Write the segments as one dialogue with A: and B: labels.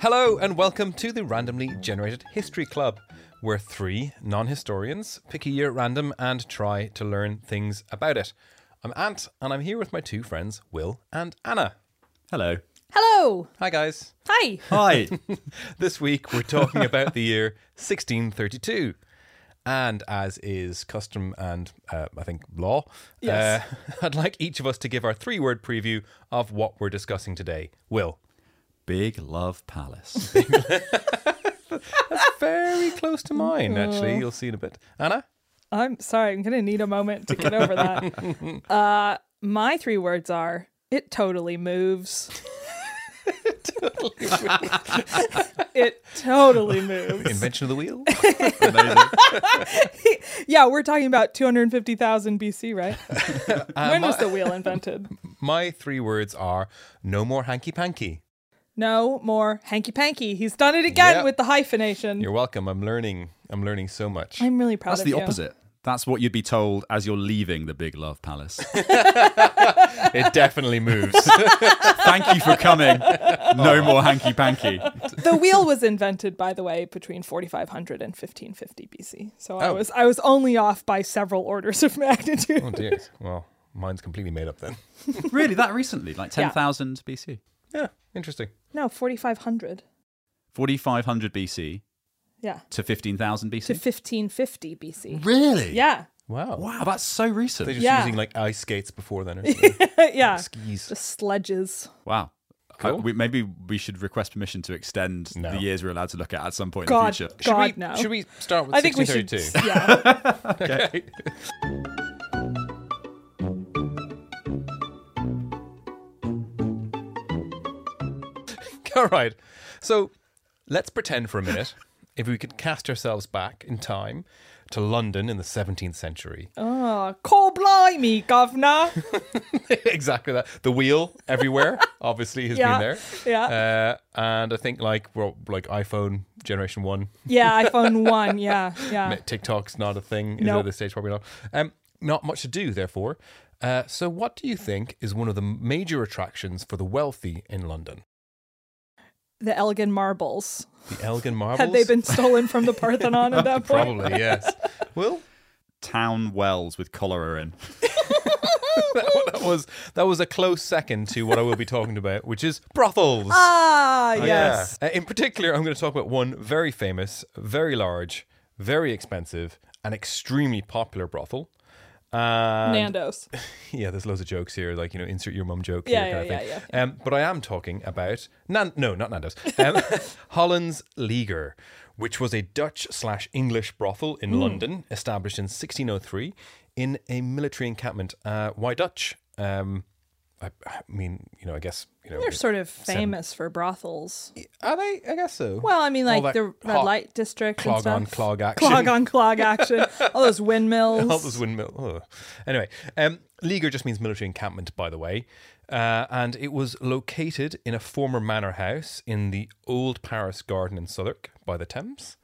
A: Hello, and welcome to the Randomly Generated History Club, where three non historians pick a year at random and try to learn things about it. I'm Ant, and I'm here with my two friends, Will and Anna.
B: Hello.
C: Hello.
A: Hi, guys.
C: Hi.
B: Hi.
A: This week we're talking about the year 1632. And as is custom and uh, I think law,
C: Yes.
A: uh, I'd like each of us to give our three word preview of what we're discussing today. Will.
B: Big Love Palace.
A: Very close to mine, actually. You'll see in a bit. Anna?
C: I'm sorry. I'm going to need a moment to get over that. Uh, my three words are it totally moves. it totally moves.
A: Invention of the wheel?
B: Amazing.
C: Yeah, we're talking about 250,000 BC, right? when was the wheel invented?
A: My three words are no more hanky panky.
C: No more hanky panky. He's done it again
A: Yep.
C: with the hyphenation.
A: You're welcome. I'm learning. I'm learning so much.
C: I'm really proud
B: That's
C: of
B: the
C: you.
B: opposite. That's what you'd be told as you're leaving the Big Love Palace.
A: It definitely moves.
B: Thank you for coming. No more hanky panky.
C: The wheel was invented, by the way, between 4500 and 1550 BC. So I
A: Oh.
C: was I was only off by several orders of magnitude.
A: oh dear. Well, mine's completely made up then.
B: Really, that recently? Like 10,000 BC?
A: Yeah, interesting.
C: No, 4500.
B: 4,500 BC
C: Yeah.
B: to 15,000 BC?
C: To 1550 BC.
B: really?
C: Yeah.
A: Wow.
B: Wow, that's so recent.
A: They're just
C: Yeah.
A: using like ice skates before then or something.
C: yeah.
A: Skis.
C: The sledges.
B: Wow.
A: Cool.
B: I- we, maybe we should request permission to extend
A: No.
B: the years we're allowed to look at at some point in the
C: God,
B: future.
C: God,
A: should we,
C: no.
A: Should we start with
C: I think we should.
A: 1632?
C: Yeah.
A: okay. All right. So let's pretend for a minute if we could cast ourselves back in time to London in the 17th century.
C: oh, call blimey, governor.
A: exactly that. The wheel everywhere obviously has
C: Yeah,
A: been there.
C: yeah.
A: Uh, and I think like well, like iPhone generation one,
C: Yeah, iPhone 1. Yeah.
A: mi-
C: Yeah.
A: TikTok's not a thing. Is
C: Nope.
A: at this stage probably not. Um, not much to do, therefore. Uh, so, what do you think is one of the major attractions for the wealthy in London?
C: The Elgin marbles.
A: The Elgin Marbles.
C: Had they been stolen from the Parthenon at that point?
A: Probably yes. Well,
B: Town wells with cholera in.
A: that was that was a close second to what I will be talking about, which is brothels.
C: Ah,
A: Oh,
C: yes.
A: yeah. Uh, in particular, I'm going to talk about one very famous, very large, very expensive, and extremely popular brothel. And
C: Nando's.
A: Yeah, there's loads of jokes here, like, you know, insert your mum joke
C: Yeah,
A: here kind
C: yeah,
A: of thing.
C: yeah,
A: Um, but I am talking about, Nan- no, not Nando's, um, Holland's Leaguer, which was a Dutch slash English brothel
C: Hmm.
A: in London, oh established in 1603 in a military encampment. Uh, why Dutch? Um, I, I mean, you know, I guess you know
C: They're sort of famous for brothels.
A: Are they? I guess so.
C: Well, I mean,
A: All that
C: like the red
A: hot
C: light district. and
A: clog on
C: stuff.
A: clog action.
C: Clog on clog action. All those windmills.
A: Help us windmill. Ugh. Anyway, um, Leaguer just means military encampment, by the way. Uh, and it was located in a former manor house in the old Paris garden in Southwark by the Thames,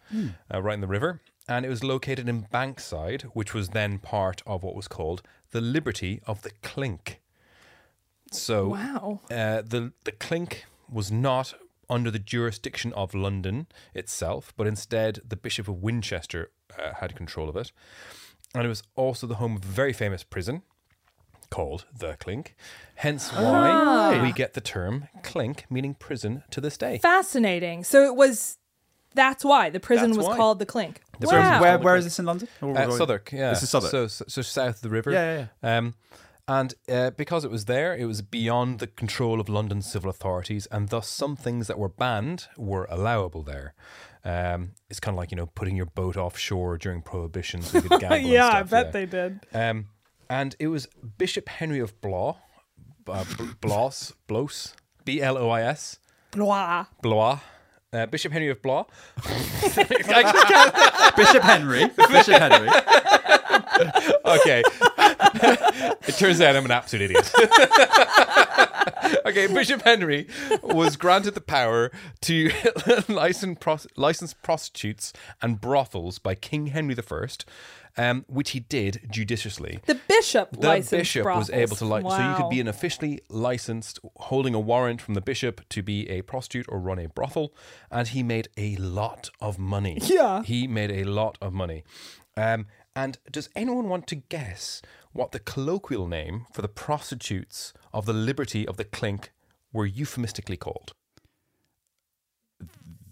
A: uh, right in the river. And it was located in Bankside, which was then part of what was called the Liberty of the Clink. So
C: Wow.
A: uh, the the clink was not under the jurisdiction of London itself, but instead the Bishop of Winchester uh, had control of it, and it was also the home of a very famous prison called the Clink. Hence
C: Ah.
A: why we get the term clink, meaning prison, to this day.
C: Fascinating. So it was. That's why the prison
A: That's
C: was
A: why.
C: called the Clink.
A: The
B: So
A: prison-
C: wow.
B: where, where is this in London? Or-
A: Uh,
B: or-
A: Southwark, yeah.
B: This is Southwark.
A: So, so, so south of the river.
B: Yeah, yeah,
A: Um, and uh, because it was there, it was beyond the control of London civil authorities, and thus some things that were banned were allowable there. Um, it's kind of like you know putting your boat offshore during Prohibition so you could gamble. and
C: yeah, I
A: stuff,
C: bet
A: yeah.
C: they did.
A: Um, and it was Bishop Henry of Blois, uh, B- Blois, Blois, B L O I S,
C: Blah.
A: Blois. Uh, Bishop Henry of Blois.
B: Bishop Henry. Bishop Henry.
A: okay. it turns out I'm an absolute idiot. okay, Bishop Henry was granted the power to license, pros- license prostitutes and brothels by King Henry I, um, which he did judiciously.
C: The bishop
A: The
C: licensed
A: bishop was able to
C: brothels.
A: license, so you could
C: Wow.
A: be an officially licensed, holding a warrant from the bishop to be a prostitute or run a brothel, and he made a lot of money.
C: Yeah.
A: he made a lot of money. Um, and does anyone want to guess what the colloquial name for the prostitutes of the Liberty of the Clink were euphemistically called?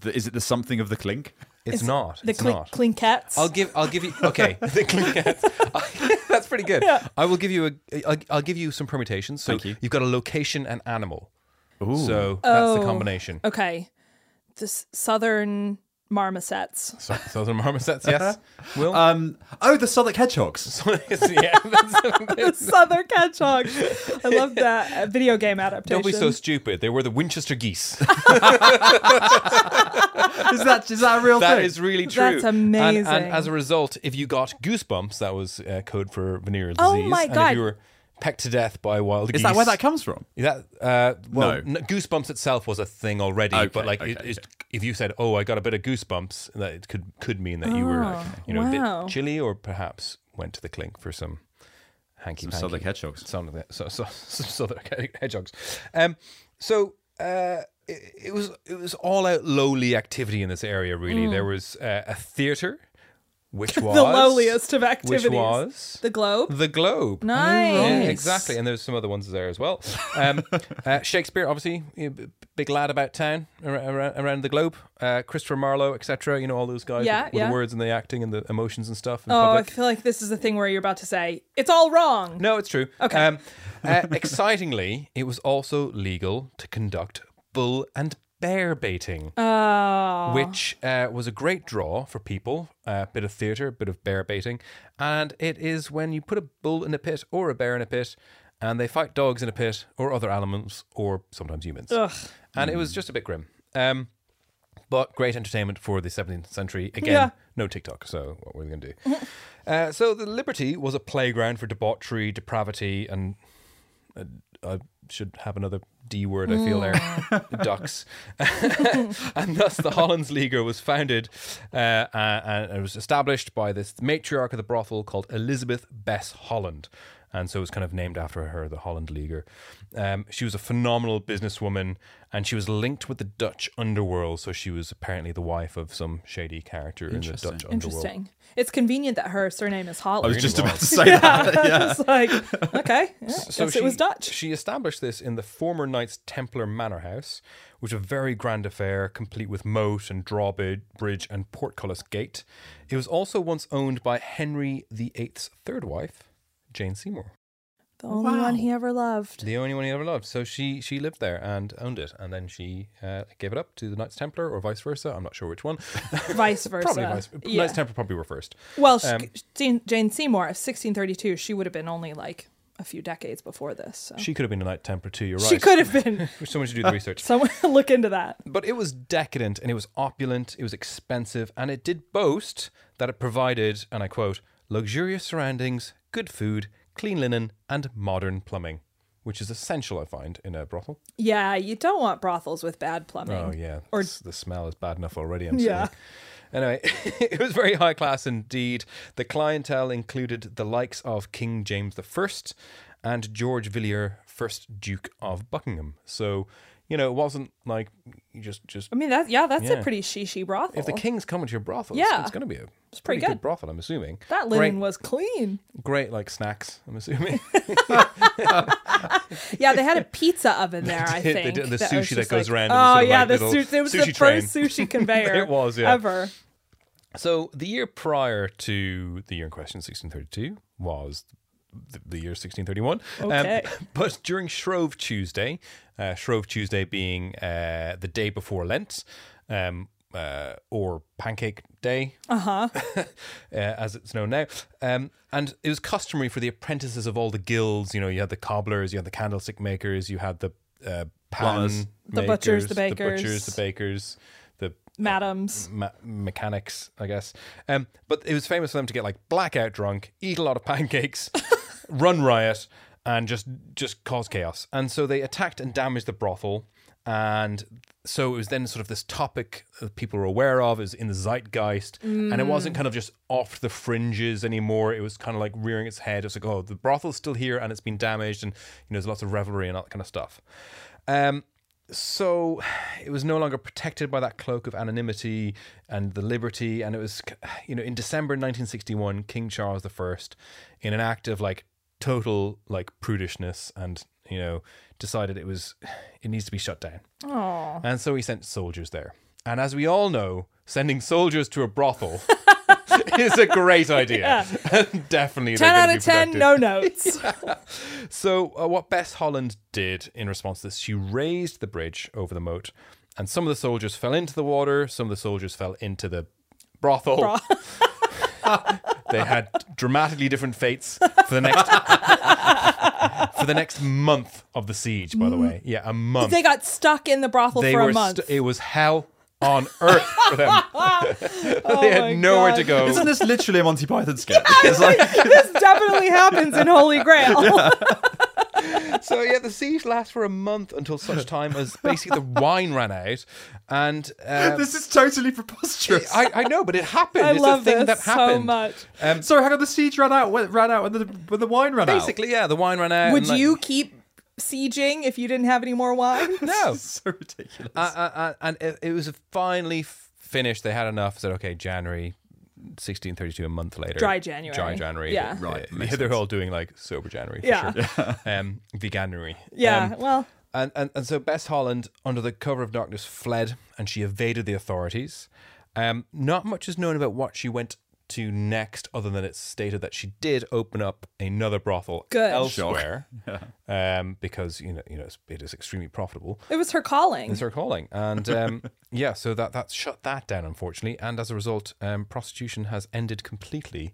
B: The- Is it the something of the clink?
A: It's, not.
C: the
A: it's
C: clink,
A: not.
C: clinkets.
A: I'll give. I'll give you. Okay, the Clinkets. That's pretty good. I will give you a. I'll, I'll give you some permutations. So
B: Thank you.
A: have got a location and animal.
B: Ooh.
A: So that's the
C: Oh.
A: combination.
C: okay, the s- southern marmosets.
A: So, southern marmosets. Yes. Uh-huh. Will.
B: Um, oh, the Southern Hedgehogs.
A: yeah.
C: the southern hedgehogs. I love that uh, video game adaptation.
A: Don't be so stupid. They were the Winchester geese.
B: Is that is that a real
A: That
B: thing?
A: is really true.
C: That's
A: And- And,
C: amazing.
A: as a result, if you got goosebumps, that was uh, code for venereal
C: Oh
A: disease.
C: my
A: and
C: God.
A: If you were pecked to death by wild geese.
B: is that where that comes from?
A: That uh, well,
B: No.
A: n- goosebumps itself was a thing already,
B: Okay,
A: but like it,
B: okay,
A: it's- if you said, "Oh, I got a bit of goosebumps," that it could could mean that you were, you know, a
C: Oh, wow.
A: bit chilly, or perhaps went to the clink for some hanky panky.
B: Southern hedgehogs.
A: Some of the so, so, some southern hedgehogs. Um, so uh, it, it was it was all out lowly activity in this area. Really, there was uh, a theater, which was
C: Mm. the lowliest of activities.
A: which was
C: the globe.
A: the Globe.
C: Nice.
A: Yeah, exactly. And there's some other ones there as well. Um, uh, Shakespeare, obviously, you know, b- big lad about town around, around the globe. Uh, Christopher Marlowe, etc. You know all those guys
C: Yeah,
A: with, with
C: yeah.
A: the words and the acting and the emotions and stuff. In
C: oh, I
A: public.
C: feel like this is the thing where you're about to say it's all wrong.
A: No, it's true.
C: Okay.
A: Um, uh, excitingly, it was also legal to conduct bull and bear baiting.
C: Oh,
A: which uh, was a great draw for people. A bit of theatre, a bit of bear baiting, and it is when you put a bull in a pit or a bear in a pit, and they fight dogs in a pit or other animals or sometimes humans.
C: Ugh.
A: And it was just a bit grim, um, but great entertainment for the 17th century. Again,
C: Yeah.
A: no TikTok, so what were we going to do? uh, so the Liberty was a playground for debauchery, depravity, and I should have another D word, I feel there.
C: Mm.
A: Ducks. and thus the Hollands Leaguer was founded uh, uh, and it was established by this matriarch of the brothel called Elizabeth Bess Holland. And so it was kind of named after her, the Holland Leaguer. Um, she was a phenomenal businesswoman and she was linked with the Dutch underworld. So she was apparently the wife of some shady character in the Dutch underworld.
C: interesting. It's convenient that her surname is Holland.
B: I was just about to say that.
C: It's like okay, yeah, guess it was Dutch.
A: She established this in the former Knights Templar Manor House, which was a very grand affair, complete with moat and drawbridge bridge and portcullis gate. It was also once owned by Henry VIII's third wife, Jane Seymour,
C: The only one he ever loved.
A: the only one he ever loved. So she she lived there and owned it, and then she uh, gave it up to the Knights Templar or vice versa. I'm not sure which one.
C: Vice versa.
A: probably vice.
C: Yeah.
A: Knights Templar probably were first.
C: Well, she,
A: Um,
C: Jane, Jane Seymour, 1632, she would have been only like a few decades before this. So.
A: She could have been a night templar too. You're right.
C: She could have been.
A: Someone should do the research.
C: Someone look into that.
A: But it was decadent and it was opulent, it was expensive, and it did boast that it provided, and I quote, luxurious surroundings, good food, clean linen, and modern plumbing, which is essential, I find, in a brothel.
C: Yeah, you don't want brothels with bad plumbing.
A: Oh, yeah.
C: Or-
A: Or the smell is bad enough already, I'm
C: Yeah.
A: saying. Anyway, it was very high class indeed. The clientele included the likes of King James I and George Villiers, first Duke of Buckingham. So, you know, it wasn't like you just just
C: I mean, that yeah, that's
A: Yeah.
C: a pretty shishy brothel.
A: if the king's coming to your brothel,
C: Yeah.
A: it's, it's going to be a it's pretty
C: pretty
A: good.
C: good.
A: brothel, I'm assuming.
C: that
A: great,
C: linen was clean.
A: great, like snacks. I'm assuming.
C: Yeah, they had a pizza oven there. I
A: did- they
C: think
A: did the
C: that was
A: sushi that
C: just
A: goes
C: like,
A: around in the
C: Oh
A: sort of
C: yeah,
A: like
C: the
A: little
C: sushi. It was the
A: sushi train.
C: first sushi conveyor.
A: It was, yeah.
C: Ever.
A: so the year prior to the year in question, 1632, was the, the year 1631. Um,
C: Okay.
A: but during Shrove Tuesday, uh, Shrove Tuesday being uh, the day before Lent, um, uh, or Pancake Day,
C: Uh-huh.
A: uh, as it's known now. Um, and it was customary for the apprentices of all the guilds. You know, you had the cobblers, you had the candlestick makers, you had the uh, pan
B: Plumbers.
C: The butchers, the
A: the butchers,
C: bakers.
A: the bakers, the
C: Madams.
A: ma- mechanics, I guess. Um, but it was famous for them to get like blackout drunk, eat a lot of pancakes, run riot, and just just cause chaos. And so they attacked and damaged the brothel. And so it was then sort of this topic that people were aware of, it was in the zeitgeist, and it wasn't kind of just off the fringes anymore. It was kind of like rearing its head. It's like, oh, the brothel's still here and it's been damaged, and you know, there's lots of revelry and all that kind of stuff. Um, so it was no longer protected by that cloak of anonymity and the liberty and it was you know in december 1961 king charles i in an act of like total like prudishness and you know decided it was it needs to be shut down and so he sent soldiers there and as we all know sending soldiers to a brothel is a great idea definitely they're
C: Ten
A: gonna
C: out
A: be
C: of ten.
A: protected.
C: No notes.
A: So, uh, what Bess Holland did in response to this, she raised the bridge over the moat, and some of the soldiers fell into the water, some of the soldiers fell into the brothel. they had dramatically different fates for the next for the next month of the siege. By the way, yeah, a month.
C: Mm. they got stuck in the brothel
A: They
C: for
A: were
C: a month.
A: st- it was hell on earth for them. they
C: Oh my
A: had nowhere to go.
C: God.
B: Isn't this literally a Monty Python sketch? It's like
C: this definitely happens in Holy Grail.
A: So yeah, the siege lasts for a month until such time as basically the wine ran out, and uh,
B: this is totally preposterous.
A: I, I know, but it happened.
C: I
A: it's
C: love
A: a thing that
C: this
A: happened. Um,
C: so much.
B: Sorry, how did the siege ran out? When, ran out when the when the wine ran
A: Basically, yeah, the wine ran out.
C: Would
A: and, like,
C: you keep sieging if you didn't have any more wine?
B: out.
A: No.
B: This is so ridiculous.
A: Uh, uh, uh, and it, it was finally f- finished. They had enough. Said, okay, January. 1632, a month later.
C: Dry January.
A: Dry January.
C: Yeah.
B: Right,
A: Uh,
B: makes
A: They're
B: sense.
A: all doing like sober January. For
C: Yeah.
A: Sure. um, veganuary.
C: Yeah.
A: Um,
C: well,
A: And, and, and so Bess Holland, under the cover of darkness, fled and she evaded the authorities. Um, not much is known about what she went to next, other than it's stated that she did open up another brothel
C: Good.
A: elsewhere um, because you know you know it's, it is extremely profitable.
C: it was her calling.
A: It's her calling, and um, yeah, so that that shut that down unfortunately, and as a result, um, prostitution has ended completely.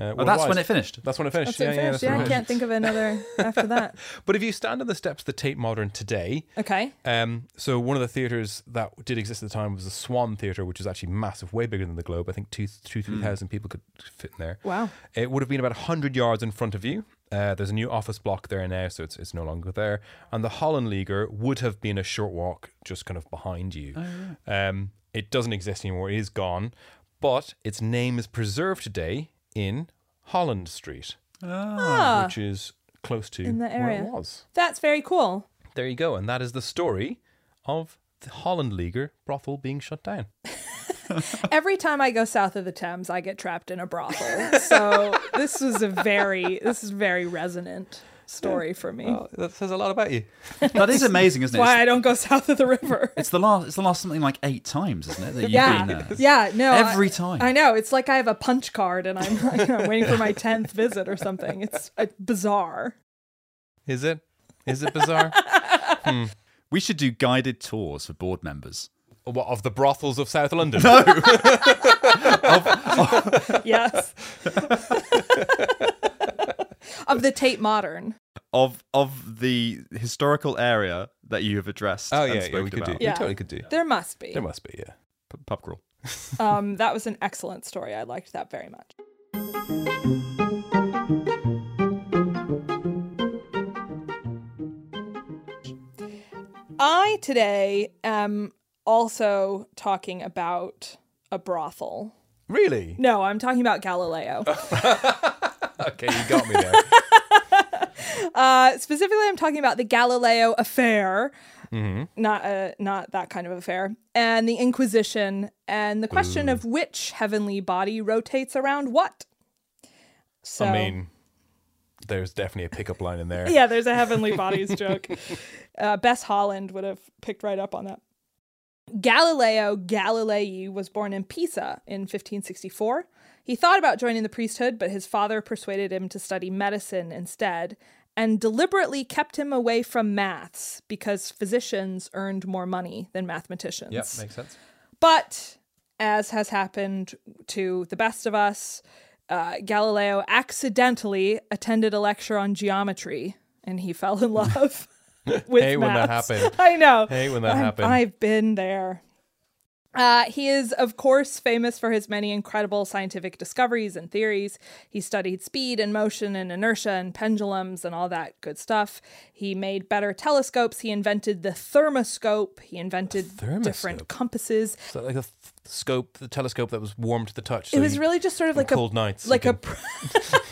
A: Uh,
B: Oh, that's
A: worldwide.
B: when it finished.
A: That's when it finished.
C: So
A: yeah, yeah,
C: finished.
A: that's when it
C: I
A: finished.
C: can't think of another after that.
A: But if you stand on the steps of the Tate Modern today,
C: Okay.
A: Um, so one of the theaters that did exist at the time was the Swan Theater, which is actually massive, way bigger than the Globe. I think two, two, three thousand people could fit in there.
C: Hmm. Wow.
A: It would have been about hundred yards in front of you. Uh, there's a new office block there now, so it's it's no longer there. And the Holland Leaguer would have been a short walk just kind of behind you.
C: Oh,
A: um, it doesn't exist anymore; it is gone, but its name is preserved today in Holland Street, which is close to
C: Ah. In the
A: where
C: area.
A: it was.
C: That's very cool.
A: There you go. And that is the story of the Holland Leaguer brothel being shut down.
C: Every time I go south of the Thames, I get trapped in a brothel. So this was a very, this is very resonant story for me.
A: that says a lot about you.
B: That is amazing, isn't it?
C: Why
B: It's,
C: I don't go south of the river.
B: it's the last. It's the last something like eight times, isn't it? That you've
C: yeah,
B: been there.
C: yeah, no. I-
B: Every time.
C: I know. It's like I have a punch card and I'm, I'm waiting for my tenth visit or something. It's uh, bizarre.
A: Is it? Is it bizarre?
B: We should do guided tours for board members.
A: what, of the brothels of South London?
C: Yes. of the Tate Modern.
B: of of the historical area that you have addressed.
A: Oh
B: and
A: yeah, yeah, we
B: spoken
A: could do.
B: about.
C: Yeah.
A: We totally could do.
C: There must be.
A: There must be, yeah.
B: P- pub crawl.
C: um, that was an excellent story. I liked that very much. I today am also talking about a brothel.
A: Really?
C: No, I'm talking about Galileo.
A: Okay, you got me there.
C: Uh, specifically, I'm talking about the Galileo affair,
A: Mm-hmm.
C: not uh, not that kind of affair, and the Inquisition, and the question of which heavenly body rotates around what. So,
A: I mean, there's definitely a pickup line in there.
C: yeah, there's a heavenly bodies joke. Uh, Bess Holland would have picked right up on that. Galileo Galilei was born in Pisa in 1564. He thought about joining the priesthood, but his father persuaded him to study medicine instead and deliberately kept him away from maths because physicians earned more money than mathematicians.
A: Yep, makes sense.
C: But as has happened to the best of us, uh, Galileo accidentally attended a lecture on geometry and he fell in love with
A: Hate when that
C: maths.
A: happened.
C: I know.
A: Hate when that
C: I've-
A: happened.
C: I've been there. Uh, he is, of course, famous for his many incredible scientific discoveries and theories. He studied speed and motion and inertia and pendulums and all that good stuff. He made better telescopes. He invented the thermoscope. He invented different
A: thermoscope?
C: compasses.
A: So like a th- scope, the telescope that was warm to the touch. so
C: it was
A: you-
C: really just sort of
A: on
C: like a
A: cold nights, you
C: like a
A: can-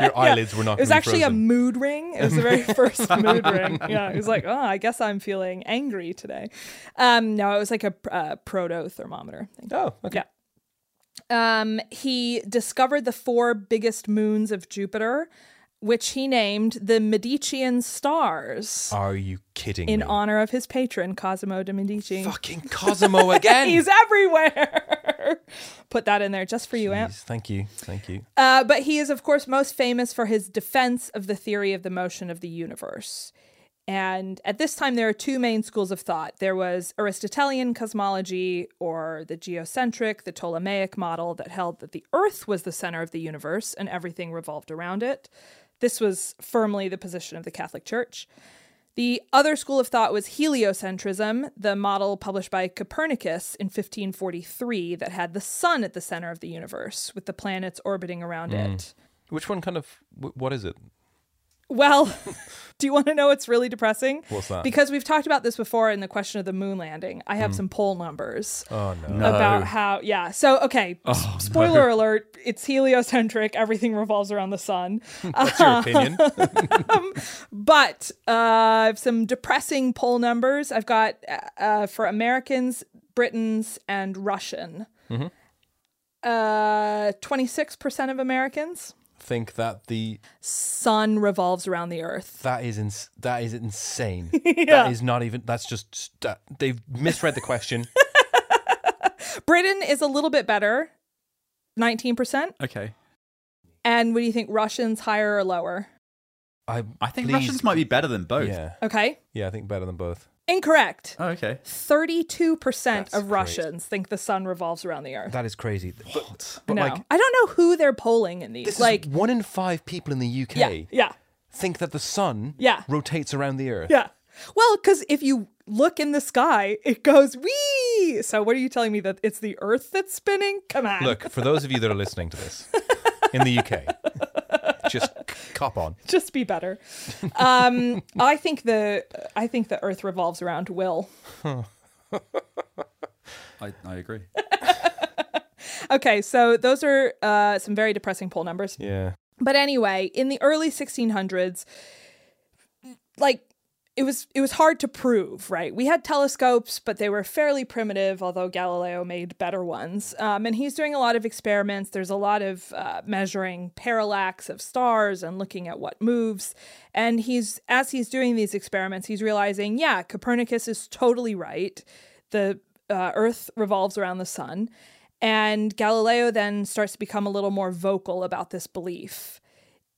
A: your eyelids were not.
C: it
A: gonna
C: was
A: be
C: actually a
A: frozen.
C: mood ring. It was the very first mood ring. Yeah, it was like, oh, I guess I'm feeling angry today. Um, no, it was like a uh, proto thermometer thing.
A: Oh, okay.
C: Yeah. Um, he discovered the four biggest moons of Jupiter, which he named the Medician stars
A: Are you kidding
C: in
A: me?
C: honor of his patron Cosimo de Medici.
A: Fucking Cosimo again.
C: He's everywhere. Put that in there just for you, Amp.
A: Jeez, Thank you, thank you.
C: Uh, but he is, of course, most famous for his defense of the theory of the motion of the universe. And at this time, there are two main schools of thought. There was Aristotelian cosmology, or the geocentric, the Ptolemaic model that held that the Earth was the center of the universe and everything revolved around it. This was firmly the position of the Catholic Church. The other school of thought was heliocentrism, the model published by Copernicus in 1543 that had the sun at the center of the universe with the planets orbiting
A: Hmm.
C: around it.
A: Which one kind of? wh- What is it?
C: Well, do you want to know what's really depressing?
A: What's that? Hmm.
C: Because we've talked about this before in the question of the moon landing. I have some poll numbers
A: Oh no. Oh,
C: about how, yeah. So, okay, s- spoiler alert, it's heliocentric, everything revolves around the sun.
A: That's your opinion.
C: But uh, I've some depressing poll numbers. I've got uh, for Americans, Britons, and Russian.
A: Mm-hmm.
C: Uh, 26% of Americans,
A: Think that the
C: sun revolves around the earth.
A: that is ins- that is insane.
C: Yeah.
A: That is not even. That's just st- they've misread the question.
C: Britain is a little bit better, 19%.
B: Okay.
C: And what do you think? Russians higher or lower?
A: I
B: I think
A: please-
B: Russians might be better than both.
A: Yeah,
C: Okay.
A: yeah. I think better than both.
C: Incorrect.
B: Oh, okay.
C: 32%
A: Uh, That's
C: of
A: great.
C: Russians think the sun revolves around the earth.
A: That is crazy. But, but
C: no.
A: like
C: I don't know who they're polling in these.
A: this
C: like,
A: is one in five people in the UK
C: yeah, yeah.
A: think that the sun
C: Yeah.
A: rotates around the earth.
C: Yeah. Well, because if you look in the sky, it goes wee. So what are you telling me that it's the Earth that's spinning? Come on.
A: Look, for those of you that are listening to this in the UK, just c- cop on.
C: just be better. Um, I think the I think the Earth revolves around Will.
B: I, I agree.
C: Okay, so those are uh, some very depressing poll numbers.
A: Yeah.
C: But anyway, in the early 1600s, like it was it was hard to prove, right? We had telescopes, but they were fairly primitive, although Galileo made better ones. Um, and he's doing a lot of experiments. There's a lot of uh, measuring parallax of stars and looking at what moves. And he's as he's doing these experiments, he's realizing, yeah, Copernicus is totally right. The uh, Earth revolves around the sun. And Galileo then starts to become a little more vocal about this belief.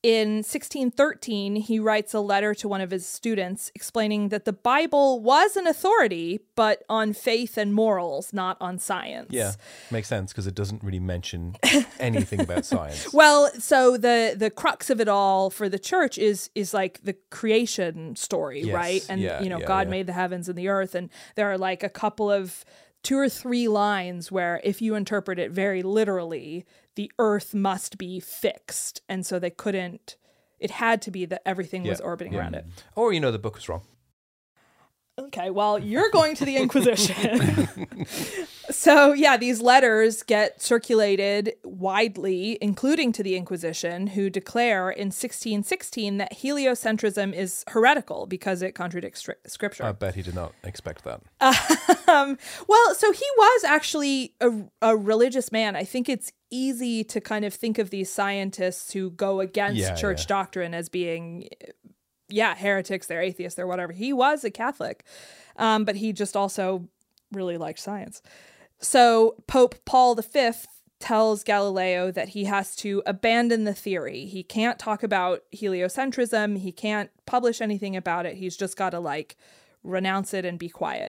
C: In 1613, he writes a letter to one of his students explaining that the Bible was an authority, but on faith and morals, not on science.
A: Yeah, makes sense because it doesn't really mention anything about science.
C: Well, so the the crux of it all for the church is is like the creation story,
A: Yes,
C: right? And
A: yeah,
C: you know,
A: yeah,
C: God
A: yeah.
C: made the heavens and the earth, and there are like a couple of two or three lines where if you interpret it very literally, the earth must be fixed. And so they couldn't it had to be that everything was
A: Yeah,
C: orbiting
A: yeah.
C: around it.
A: Or you know the book was wrong.
C: Okay, well, you're going to the Inquisition. so, yeah, these letters get circulated widely, including to the Inquisition, who declare in 1616 that heliocentrism is heretical because it contradicts stri- scripture.
A: I bet he did not expect that.
C: Um, well, so he was actually a, a religious man. I think it's easy to kind of think of these scientists who go against
A: Yeah,
C: church
A: yeah.
C: doctrine as being, yeah, heretics, they're atheists, they're whatever. He was a Catholic, um, but he just also really liked science. So Pope Paul V tells Galileo that he has to abandon the theory. He can't talk about heliocentrism, he can't publish anything about it. He's just got to like renounce it and be quiet.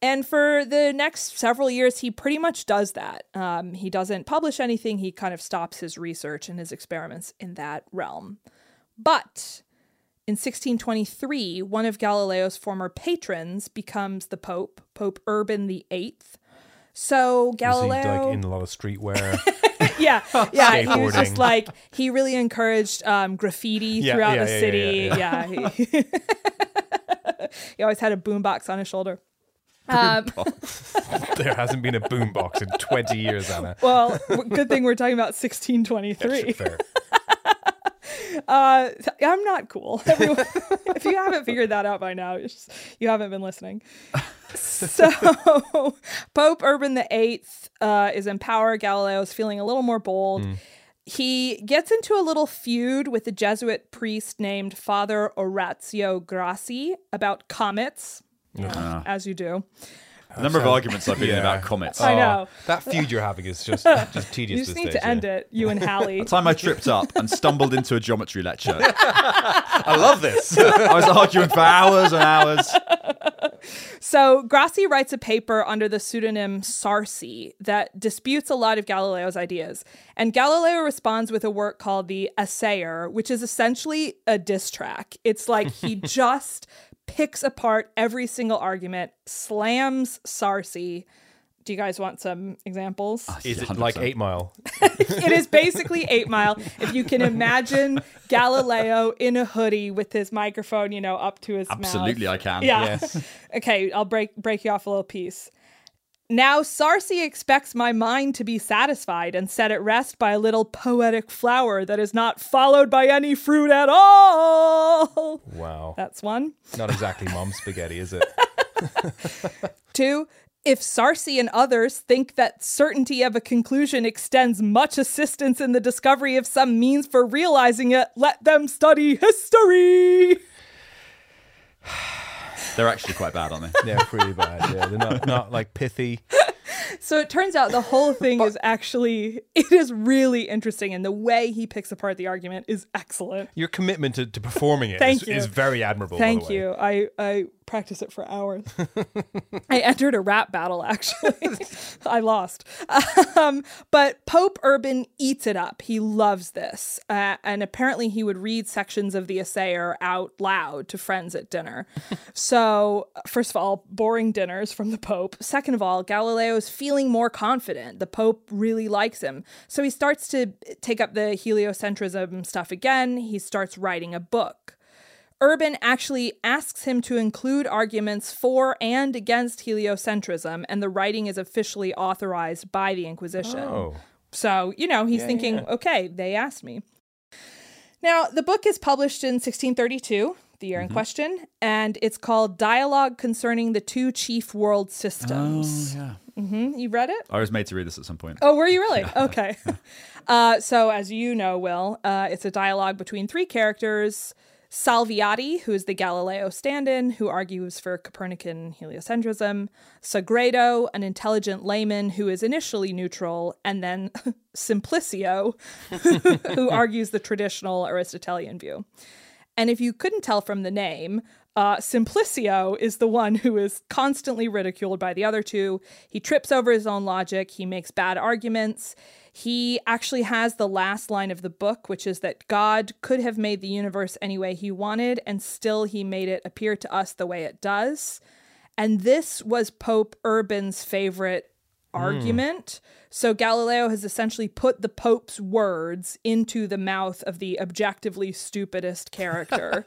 C: And for the next several years, he pretty much does that. Um, he doesn't publish anything, he kind of stops his research and his experiments in that realm. But in 1623, one of Galileo's former patrons becomes the Pope, Pope Urban VIII. So
A: Was he
C: Galileo,
A: like in a lot of streetwear?
C: yeah, yeah, he was
A: Skateboarding.
C: just like he really encouraged um, graffiti
A: Yeah,
C: throughout
A: yeah,
C: the
A: yeah,
C: city.
A: yeah,
C: Yeah, he, he always had a boombox on his shoulder. Um,
A: there hasn't been a boombox in 20 years, Anna.
C: Well, w- good thing we're talking about 1623.
A: Fair.
C: Uh, th- I'm not cool. Everyone, if you haven't figured that out by now, it's just, you haven't been listening. So, Pope Urban VIII uh, is in power. Galileo is feeling a little more bold. He gets into a little feud with a Jesuit priest named Father Orazio Grassi about comets, as you do.
B: The number of arguments I've been in
A: Yeah.
B: about comets.
C: I
B: The
C: know.
A: Ah, That feud you're having is just, just tedious.
C: You just
A: this
C: need
A: stage,
C: to end
A: yeah.
C: it, you and Hallie.
B: time I tripped up and stumbled into a geometry lecture.
A: I love this.
B: I was arguing for hours and hours.
C: So Grassi writes a paper under the pseudonym Sarsi that disputes a lot of Galileo's ideas. And Galileo responds with a work called the Assayer, which is essentially a diss track. It's like he just picks apart every single argument, slams Sarsi. Do you guys want some examples?
B: Uh,
A: Is it like
B: 100%.
A: Eight Mile?
C: it is basically Eight Mile. If you can imagine Galileo in a hoodie with his microphone, you know, up to his mouth.
B: Absolutely, I can.
C: Yeah. okay, I'll break break you off a little piece. Now Sarsi expects my mind to be satisfied and set at rest by a little poetic flower that is not followed by any fruit at all.
A: Wow.
C: That's one.
A: Not exactly mom spaghetti, is it?
C: Two, If Sarsi and others think that certainty of a conclusion extends much assistance in the discovery of some means for realizing it, let them study history.
B: They're actually quite bad, aren't they?
A: They're pretty bad. Yeah, they're not not like pithy.
C: So it turns out the whole thing is actually it is really interesting and the way he picks apart the argument is excellent.
A: Your commitment to, to performing it
C: Thank
A: is,
C: you.
A: is very admirable. by the
C: Thank
A: way.
C: you. I I practiced it for hours. I entered a rap battle actually. I lost. Um, but Pope Urban eats it up. He loves this, uh, and apparently he would read sections of the assayer out loud to friends at dinner. so first of all, boring dinners from the Pope. Second of all, Galileo is feeling more confident. The Pope really likes him, so he starts to take up the heliocentrism stuff again. He starts writing a book. Urban actually asks him to include arguments for and against heliocentrism, and the writing is officially authorized by the Inquisition.
A: Oh.
C: So, you know, he's
A: Yeah,
C: thinking,
A: yeah.
C: okay, they asked me. Now, the book is published in 1632, the year in question, and it's called Dialogue Concerning the Two Chief World Systems.
B: Oh, yeah.
C: hmm You read it?
B: I was made to read this at some point.
C: Oh, were you really? Okay. uh, so, as you know, Will, uh, it's a dialogue between three characters Salviati, who is the Galileo stand in, who argues for Copernican heliocentrism, Sagredo, an intelligent layman who is initially neutral, and then Simplicio, who argues the traditional Aristotelian view. And if you couldn't tell from the name, uh, Simplicio is the one who is constantly ridiculed by the other two. He trips over his own logic, he makes bad arguments. He actually has the last line of the book, which is that God could have made the universe any way he wanted, and still he made it appear to us the way it does. And this was Pope Urban's favorite argument. So Galileo has essentially put the Pope's words into the mouth of the objectively stupidest character,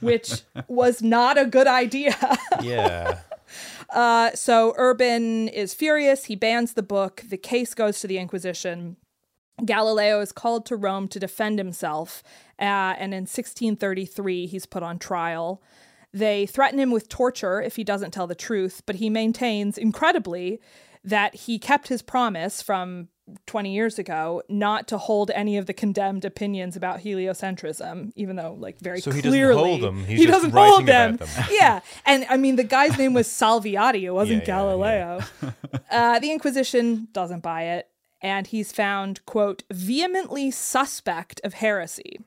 C: which was not a good idea.
A: Yeah.
C: Uh, so Urban is furious. He bans the book. The case goes to the Inquisition. Galileo is called to Rome to defend himself, uh, and in 1633, he's put on trial. They threaten him with torture if he doesn't tell the truth, but he maintains, incredibly, that he kept his promise from 20 years ago not to hold any of the condemned opinions about heliocentrism, even though, like, very
A: So he doesn't
C: clearly
A: hold them, he's
C: he
A: just
C: doesn't hold
A: writing about
C: them.
A: them.
C: yeah, and I mean, the guy's name was Salviati; it
A: Yeah,
C: wasn't
A: yeah,
C: Galileo. Uh, the Inquisition doesn't buy it, and he's found, quote, vehemently suspect of heresy,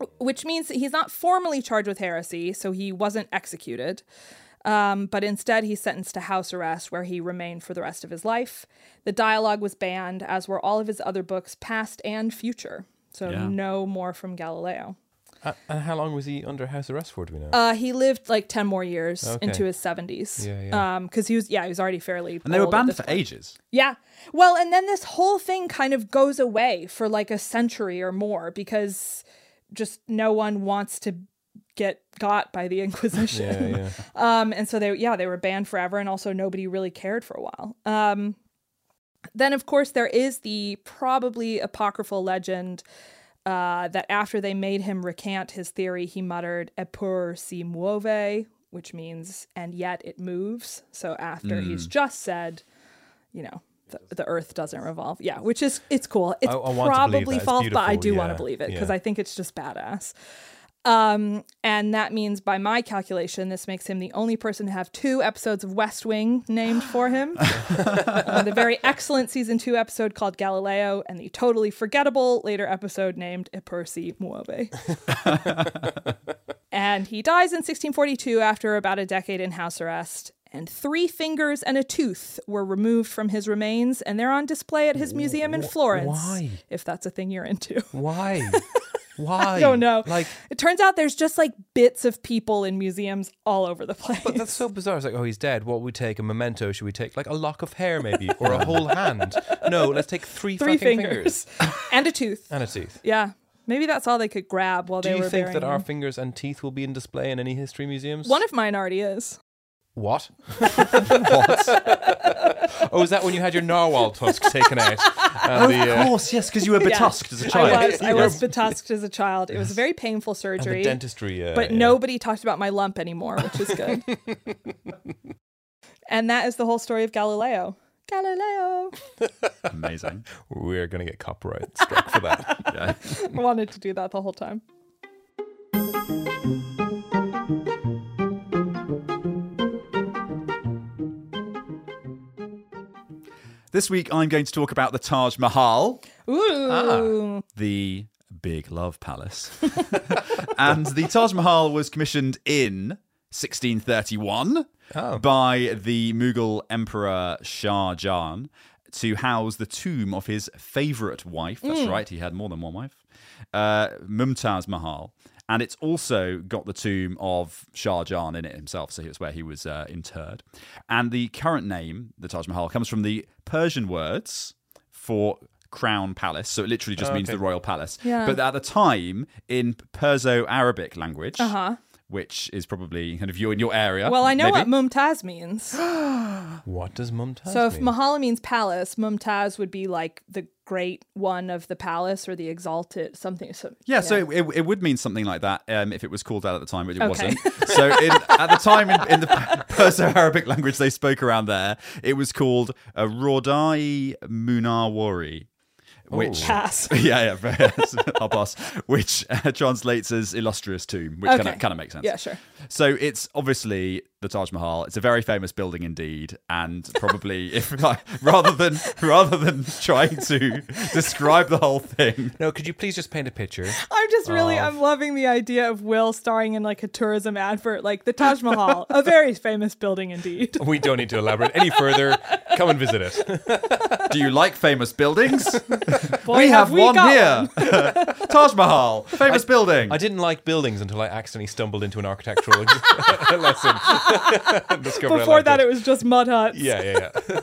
C: wh- which means that he's not formally charged with heresy, so he wasn't executed. Um, but instead, he's sentenced to house arrest where he remained for the rest of his life. The dialogue was banned, as were all of his other books, past and future. So,
A: Yeah.
C: no more from Galileo.
A: Uh, and how long was he under house arrest for? Do we know?
C: Uh, he lived like 10 more years
A: Okay.
C: into his 70s.
A: Yeah, yeah.
C: Because he was, yeah, he was already fairly.
B: and they were
C: old at
B: banned
C: this
B: for
C: point.
B: ages.
C: Yeah. Well, and then this whole thing kind of goes away for like a century or more because just no one wants to get got by the Inquisition.
A: Yeah, yeah.
C: Um, and so they, yeah, they were banned forever, and also nobody really cared for a while. Um, then, of course, there is the probably apocryphal legend uh, that after they made him recant his theory, he muttered "Epur si muove," which means "and yet it moves." So after
A: Mm.
C: he's just said, you know. The, the earth doesn't revolve yeah which is it's cool it's
A: I want to believe that.
C: probably
A: It's
C: false but i
A: beautiful.
C: do want to
A: Yeah,
C: believe it because
A: yeah.
C: i think it's just badass um, and that means, by my calculation, this makes him the only person to have two episodes of West Wing named for him. Uh, the very excellent season two episode called Galileo, and the totally forgettable later episode named Percy Muove. and he dies in 1642 after about a decade in house arrest. And three fingers and a tooth were removed from his remains, and they're on display at his museum in Florence.
A: why?
C: If that's a thing you're into.
A: Why? Why?
C: I don't know.
A: Like,
C: it turns out there's just like bits of people in museums all over the place.
A: but that's so bizarre. It's like, oh, he's dead. What would we take? A memento? Should we take like a lock of hair, maybe, or a whole hand? No, let's take three,
C: three
A: fucking
C: fingers, and a tooth.
A: and a tooth.
C: Yeah, maybe that's all they could grab while
A: Do
C: they
A: you
C: were
A: think
C: burying
A: that our
C: him.
A: fingers and teeth will be in display in any history museums?
C: one of mine already is.
A: what? Oh, is that when you had your narwhal tusk taken out? And the, uh,
B: Of course, yes, because you were
C: Yeah.
B: betusked as a child.
C: I was, I
A: You
C: was
A: were-
C: betusked as a child. It was very painful
A: and the
C: surgery.
A: dentistry. Uh,
C: but
A: yeah.
C: nobody talked about my lump anymore, which is good. And that is the whole story of Galileo. Galileo.
B: Amazing.
A: We're going to get copyright struck for that.
C: I wanted to do that the whole time.
B: This week, I'm going to talk about the Taj Mahal,
C: Ooh.
B: the big love palace. and the Taj Mahal was commissioned in 1631 by the Mughal Emperor Shah Jahan to house the tomb of his favourite wife. That's right, he had more than one wife, uh, Mumtaz Mahal. And it's also got the tomb of Shah Jahan in it himself, so it's where he was uh, interred. And the current name, the Taj Mahal, comes from the Persian words for crown palace. So it literally just means the royal palace.
C: Yeah.
B: But at the time, in Perso Arabic language, which is probably kind of you in your
A: Ah.
B: area.
C: Uh-huh. Well, I know
B: maybe.
C: what Mumtaz means.
A: What does Mumtaz
C: So if
A: mean?
C: Mahala means palace, Mumtaz would be like the great one of the palace or the exalted something. So,
B: Yeah, so it, it, it would mean something like that um, if it was called out at the time, which it
C: Okay.
B: wasn't. So in, at the time in, in the Perso-Arabic language they spoke around there, it was called a Rodai Munawari, which
C: pass.
B: yeah, yeah, our boss, which uh, translates as illustrious tomb, which kind
C: Okay.
B: of kind of makes sense.
C: Yeah, sure.
B: So it's obviously the Taj Mahal. It's a very famous building indeed, and probably if like, rather than rather than trying to describe the whole thing,
A: No, could you please just paint a picture?
C: I'm just
A: Oh.
C: really, I'm loving the idea of Will starring in like a tourism advert, like the Taj Mahal, a very famous building indeed.
A: We don't need to elaborate any further. Come and visit it.
B: do you like famous buildings?
C: Boy,
B: we have,
C: we
B: one
C: got
B: here, Taj Mahal, famous building.
A: I didn't like buildings until I accidentally stumbled into an architectural lesson. Discovered I
C: Before
A: liked
C: that, it was just mud huts.
A: Yeah, yeah, yeah.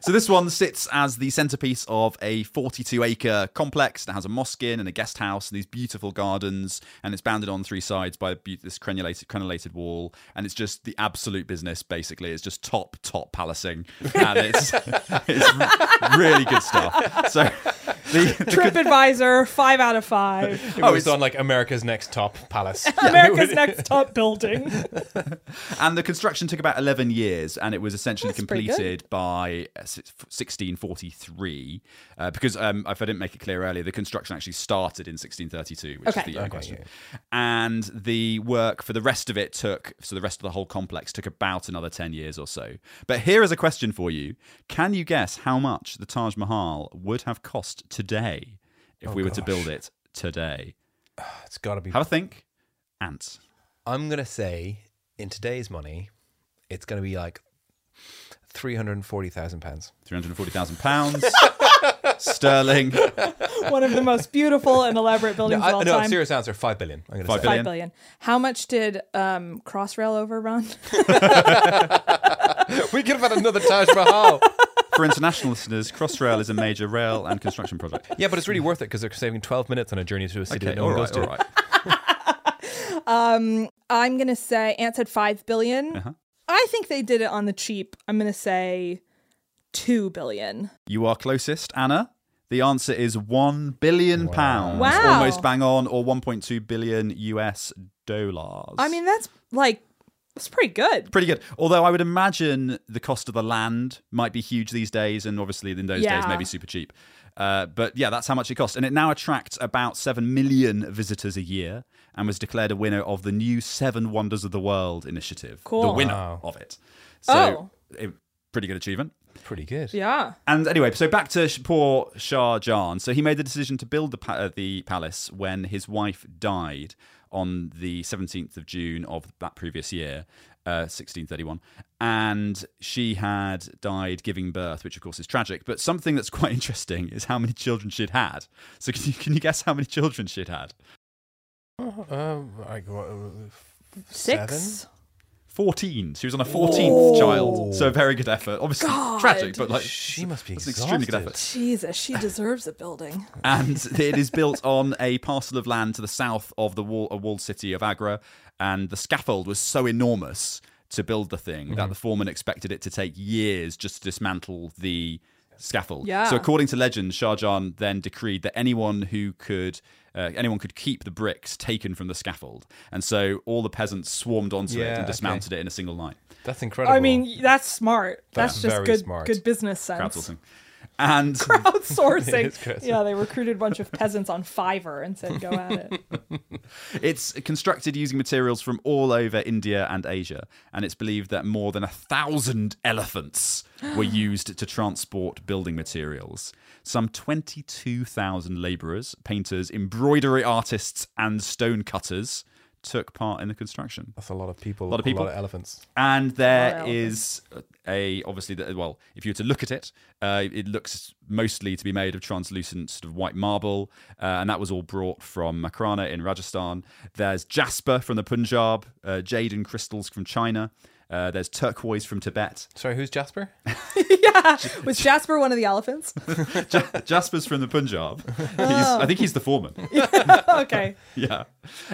B: So this one sits as the centerpiece of a 42-acre complex that has a mosque in and a guest house and these beautiful gardens, and it's bounded on three sides by a beau- this crenulated, crenulated wall, and it's just the absolute business. Basically, it's just top top palacing, and it's it's really good stuff. So the, the
C: TripAdvisor, five out of five.
A: It
B: Oh,
A: was
B: it's-
A: on like America's Next Top Palace.
C: America's next top building.
B: And the construction took about 11 years and it was essentially
C: That's pretty good.
B: completed by uh, si- 1643. Uh, because um, if I didn't make it clear earlier, the construction actually started in 1632, which
C: Okay.
B: is the year in question. And the work for the rest of it took, so the rest of the whole complex took about another 10 years or so. But here is a question for you Can you guess how much the Taj Mahal would have cost today if we were to build it today?
A: It's got to be.
B: Have a think. Ants.
A: I'm going to say in today's money, it's going to be like £340,000.
B: £340,000 sterling.
C: One of the most beautiful and elaborate
A: No,
C: buildings of
A: I,
C: all
A: no
C: time.
A: serious answer, 5 billion. I'm going to
B: Five
A: say.
C: Five
B: billion.
C: billion. How much did um, Crossrail overrun?
A: we could have had another Taj Mahal.
B: For international listeners, Crossrail is a major rail and construction project.
A: yeah, but it's really worth it because they're saving 12 minutes on a journey to a
B: Okay,
A: city that no
B: all
A: one
B: right,
A: goes to.
B: all right.
C: I'm gonna say Ant said five billion.
B: Uh-huh.
C: I think they did it on the cheap. I'm gonna say two billion.
B: You are closest, Anna. The answer is one billion pounds,
C: Wow.
B: almost bang on, or 1.2 billion US dollars.
C: I mean, that's like that's pretty good.
B: pretty good. Although I would imagine the cost of the land might be huge these days, and obviously in those
C: Yeah.
B: days maybe super cheap. Uh, but yeah, that's how much it cost, and it now attracts about seven million visitors a year, and was declared a winner of the new Seven Wonders of the World initiative. The
C: Cool. Oh.
B: winner
A: Wow.
B: of it. So, it, pretty good achievement.
A: Pretty good.
C: Yeah.
B: And anyway, so back to sh- poor Shah Jahan. So he made the decision to build the, pa- uh, the palace when his wife died on the 17th of June of that previous year, uh, 1631. And she had died giving birth, which of course is tragic. But something that's quite interesting is how many children she'd had. So can you, can you guess how many children she'd had?
A: Um, I go, uh,
C: Six.
A: Seven?
B: 14. She was on a 14th child. So a very good effort. Obviously
C: God.
B: tragic, but like
A: She must be
B: that's an extremely good
A: exhausted.
B: effort.
C: Jesus, she deserves a building.
B: and it is built on a parcel of land to the south of the wall, a walled city of Agra. And the scaffold was so
A: Mm-hmm.
B: enormous to build the thing that the foreman expected it to take years just to dismantle the scaffold.
C: Yeah.
B: So according to legend, Shah Jahan then decreed that anyone who could uh, anyone could keep the bricks taken from the scaffold, and so all the peasants swarmed onto
A: Yeah,
B: it
A: okay.
B: and dismounted it in a single line.
A: That's incredible.
C: I mean, that's smart.
A: That's
C: That's,
A: very
C: just good,
A: smart.
C: good business sense.
B: Crowdsourcing. And
C: Crowdsourcing.
A: It's crowdsourcing.
C: Yeah, they recruited a bunch of peasants on Fiverr and said, "Go at it."
B: It's constructed using materials from all over India and Asia, and it's believed that more than a thousand elephants were used to transport building materials. Some 22,000 labourers, painters, embroidery artists, and stone cutters took part in the construction.
A: that's a lot of people.
B: A lot of people.
A: A lot of elephants.
B: And there
C: Wow.
B: is a obviously that well, if you were to look at it, uh, it looks mostly to be made of translucent sort of white marble, uh, and that was all brought from Makrana in Rajasthan. There's jasper from the Punjab, uh, jade and crystals from China. Uh, there's turquoise from Tibet.
A: Sorry, who's Jasper?
C: yeah, was Jasper one of the elephants?
B: Ja- Jasper's from the Punjab. He's, I think he's the foreman.
C: okay,
B: Yeah.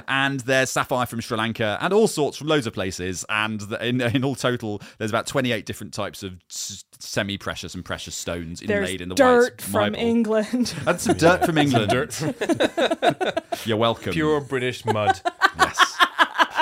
B: And there's sapphire from Sri Lanka and all sorts from loads of places. And th- in, in all total, there's about 28 different types of s- semi precious and precious stones
C: there's
B: inlaid in the
C: dirt
B: white
C: from
B: marble.
C: England.
B: And some dirt from England.
A: Dirt from
B: You're welcome.
A: pure British mud.
B: Yes.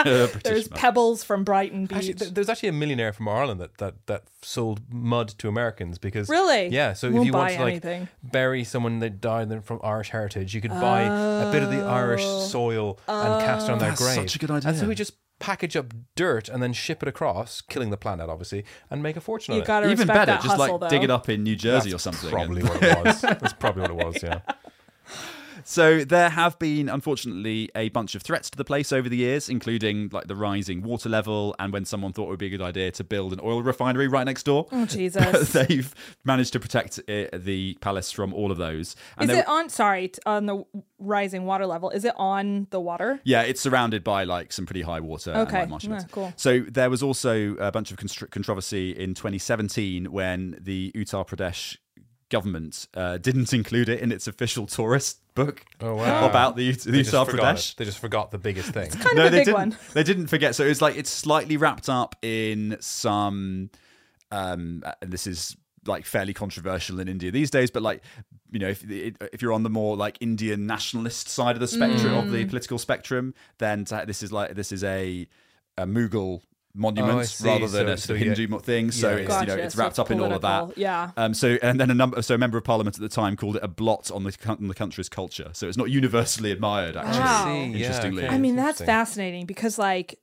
B: Pure British
C: there's
B: mud.
C: pebbles from Brighton Beach.
A: Actually, th- there's actually a millionaire from Ireland that, that, that sold mud to Americans because
C: Really?
A: yeah. So if
C: Won't
A: you want
C: buy
A: to like
C: anything.
A: bury someone that died in- from Irish heritage, you could buy a bit of the Irish
C: Oh.
A: soil and cast it on their
B: That's
A: grave.
B: such a good
A: And so
B: idea.
A: we just package up dirt and then ship it across, killing the planet obviously, and make a fortune
C: you
A: on
C: got to
B: Even
C: respect
B: better,
C: that
B: just
C: hustle,
B: like dig
C: though.
B: it up in New
A: it.
B: Jersey
A: That's
B: or something. and-
A: Probably what it was. That's probably what it was. Yeah.
B: So there have been, unfortunately, a bunch of threats to the place over the years, including like the rising water level and when someone thought it would be a good idea to build an oil refinery right next door.
C: Oh
B: But
C: Jesus!
B: they've managed to protect uh the palace from all of those.
C: Is
B: there-
C: it on? Sorry, t- on the rising water level. Is it on the water?
B: yeah, it's surrounded by like some pretty high water and
C: Okay.
B: like, marshlands.
C: Yeah, cool.
B: So there was also a bunch of constr- controversy in 2017 when the Uttar Pradesh government uh, didn't include it in its official tourist book
A: Oh, wow.
B: about the, Ut- the
A: They just
B: Uttar
A: forgot
B: Pradesh.
A: it. They just forgot the biggest thing.
C: Kind of a
B: they
C: big
B: didn't,
C: one.
B: They didn't forget. So it was like it's slightly wrapped up in some. Um, and this is like fairly controversial in India these days, but like you know, if if you're on the more like Indian nationalist side of the spectrum of
C: Mm.
B: the political spectrum, then to- this is like this is a, a Mughal monument
A: Oh, see.
B: rather than a
A: So-
B: sort of
A: so you-
B: Hindu mo- thing. So
A: yeah,
B: it's
A: yeah.
B: you know
C: Gotcha.
B: it's
C: So
B: wrapped up in all of that.
C: political. Yeah.
B: Um, so and then a number so a member of parliament at the time called it a blot on the coun- on the country's culture. So it's not universally admired actually.
C: Wow.
A: See, yeah,
B: Interestingly.
A: okay.
C: I mean, that's
A: Interesting.
C: fascinating because, like,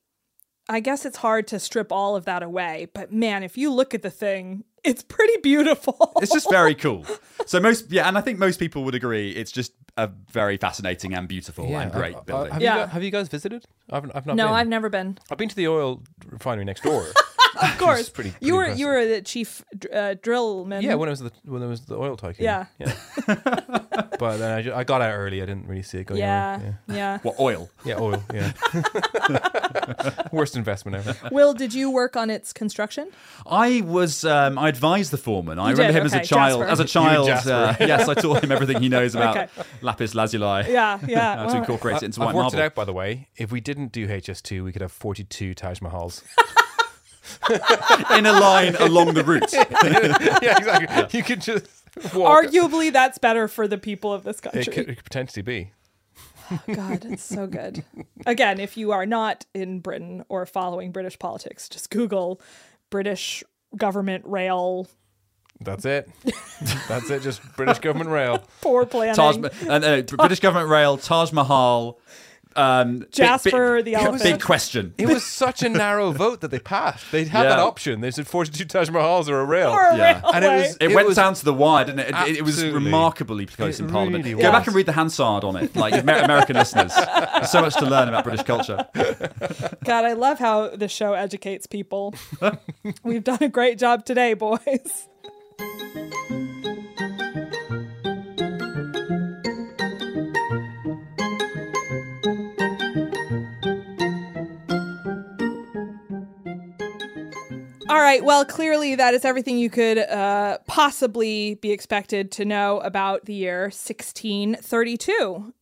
C: I guess it's hard to strip all of that away. But man, if you look at the thing, it's pretty beautiful.
B: it's just very cool. So most, yeah, and I think most people would agree. It's just a very fascinating and beautiful and
A: I-
B: great
A: I-
B: building.
A: uh, Have,
C: Yeah.
A: you guys, have you guys visited? I've, I've not.
C: no,
A: been.
C: I've never been.
A: I've been to the oil refinery next door.
C: Of course,
A: pretty- pretty
C: you were
A: impressive.
C: you were the chief dr- uh, drillman.
A: yeah, when I was the when I was the oil tycoon.
C: Yeah.
A: but then I, ju- I got out early. I didn't really see it going.
C: yeah,
A: anywhere.
C: yeah.
B: what oil?
A: Yeah. Yeah. Oil. Yeah. Worst investment ever.
C: Will, did you work on its construction?
B: I was. Um, I advised the foreman. I
C: You
B: remember
C: did,
B: him
C: okay,
B: as a child.
C: Jasper.
B: As a
C: You
B: child,
A: Jasper.
B: uh, yes, I taught him everything he knows about
C: Okay.
B: lapis lazuli.
C: Yeah, yeah.
B: How to
C: well,
B: incorporate it
A: I've
B: into
A: worked
B: white
A: it
B: marble.
A: out, by the way. If we didn't do HS2, we could have 42 Taj Mahals.
B: in a line along the route.
A: yeah, exactly. You could just walk.
C: arguably, that's better for the people of this
A: It could,
C: country.
A: it could potentially be.
C: God, it's so good. Again, if you are not in Britain or following British politics, just Google British government rail
A: That's it. That's it. Just British government rail.
C: poor planning.
B: Taj, Ma- uh, no, British government rail, Taj Mahal, um, big-
C: Jasper
B: big,
C: the elephant.
B: Big question.
A: It was such a narrow vote that they passed. They had that
B: Yeah.
A: option. They said 42 Taj Mahals or a rail.
C: Or a
B: Yeah.
C: railway.
A: And it was-
B: It,
A: It
B: went
A: was-
B: down to the wire, didn't it? It, it was
A: Absolutely.
B: remarkably close
A: It
B: in Parliament.
A: really
B: Go
A: was.
B: back and read the Hansard on it, like Amer- American listeners. There's so much to learn about British culture.
C: God, I love how this show educates people. We've done a great job today, boys. All right. Well, clearly that is everything you could uh, possibly be expected to know about the year 1632.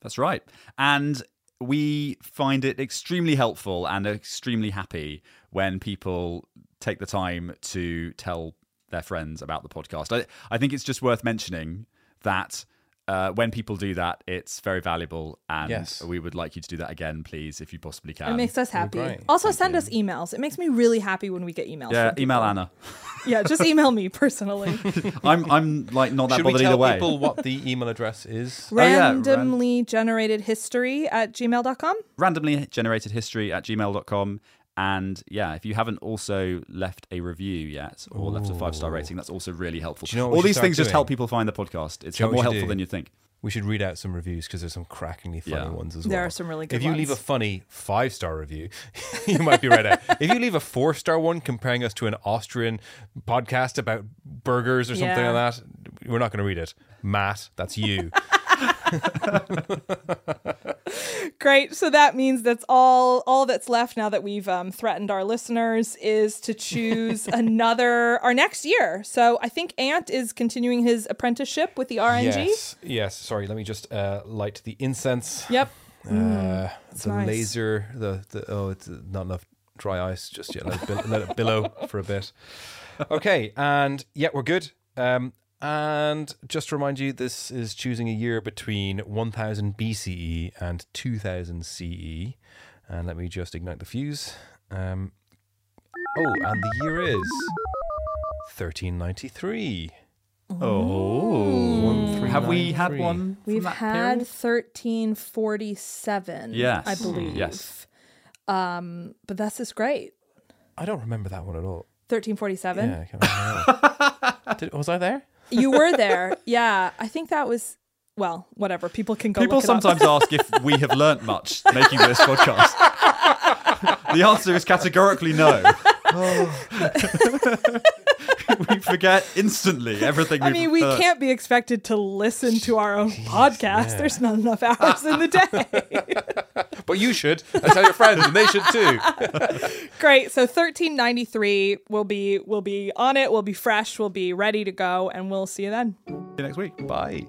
B: That's right. And we find it extremely helpful and extremely happy when people take the time to tell their friends about the podcast. I, I think it's just worth mentioning that uh, when people do that, it's very valuable. And
A: Yes.
B: we would like you to do that again, please, if you possibly can.
C: It makes us happy.
A: great.
C: Also, send us emails. It makes me really happy when we get emails.
B: yeah,
C: from people.
B: email Anna. Oh,
C: Yeah, just email me personally.
B: I'm I'm like not that
A: Should we
B: bothered either
A: tell
B: way.
A: people what the email address is?
B: yeah, ran-
C: Randomly generated history at gmail.com.
B: randomly generated history at gmail.com. And yeah, if you haven't also left a review yet or left a five star rating, that's also really helpful.
A: Do you know what we
B: All
A: should
B: these
A: start
B: things just
A: doing?
B: help people find the podcast. It's
A: Do you
B: more
A: know what we should
B: helpful
A: do?
B: than you think.
A: We should read out some reviews because there's some crackingly funny
B: Yeah.
A: ones as well.
C: There are some really good
A: If you leave a
C: ones.
A: funny five star review, you might be right out. If you leave a four star one comparing us to an Austrian podcast about burgers or something
C: Yeah.
A: like that, we're not going to read it. Matt, that's you.
C: Great. So that means that's all all that's left now that we've um, threatened our listeners is to choose another our next year. So I think Ant is continuing his apprenticeship with the RNG.
A: Yes, yes. Sorry, let me just uh, light the incense.
C: Yep.
A: Uh, the
C: nice.
A: laser, the, the oh, it's not enough dry ice just yet. Let it, bil- let it billow for a bit. Okay, and yeah, we're good. Um, and just to remind you, this is choosing a year between 1000 BCE E and 2000 CE. E. And let me just ignite the fuse. Um, oh, and the year is 1393.
B: Oh, have we had one? from
C: We've
B: that
C: had
B: period?
C: 1347,
B: Yes.
C: I
B: Mm.
C: believe.
B: Yes.
C: Um, but this is great.
A: I don't remember that one at all.
C: 1347.
A: Yeah, I can't remember. Did, was I there?
C: You were there. Yeah. I think that was, well, whatever. People can go
B: People
C: look it up.
B: sometimes ask if we have learnt much making this podcast. the answer is categorically no. we forget instantly everything.
C: I
B: we've
C: mean, we
B: learnt.
C: can't be expected to listen to our own podcast. There's not enough hours in the day.
A: But you should. I tell your friends, and they should too.
C: Great. So 1393 will be will be on it. We'll be fresh. We'll be ready to go, and we'll see you then.
B: See you next week.
A: Bye.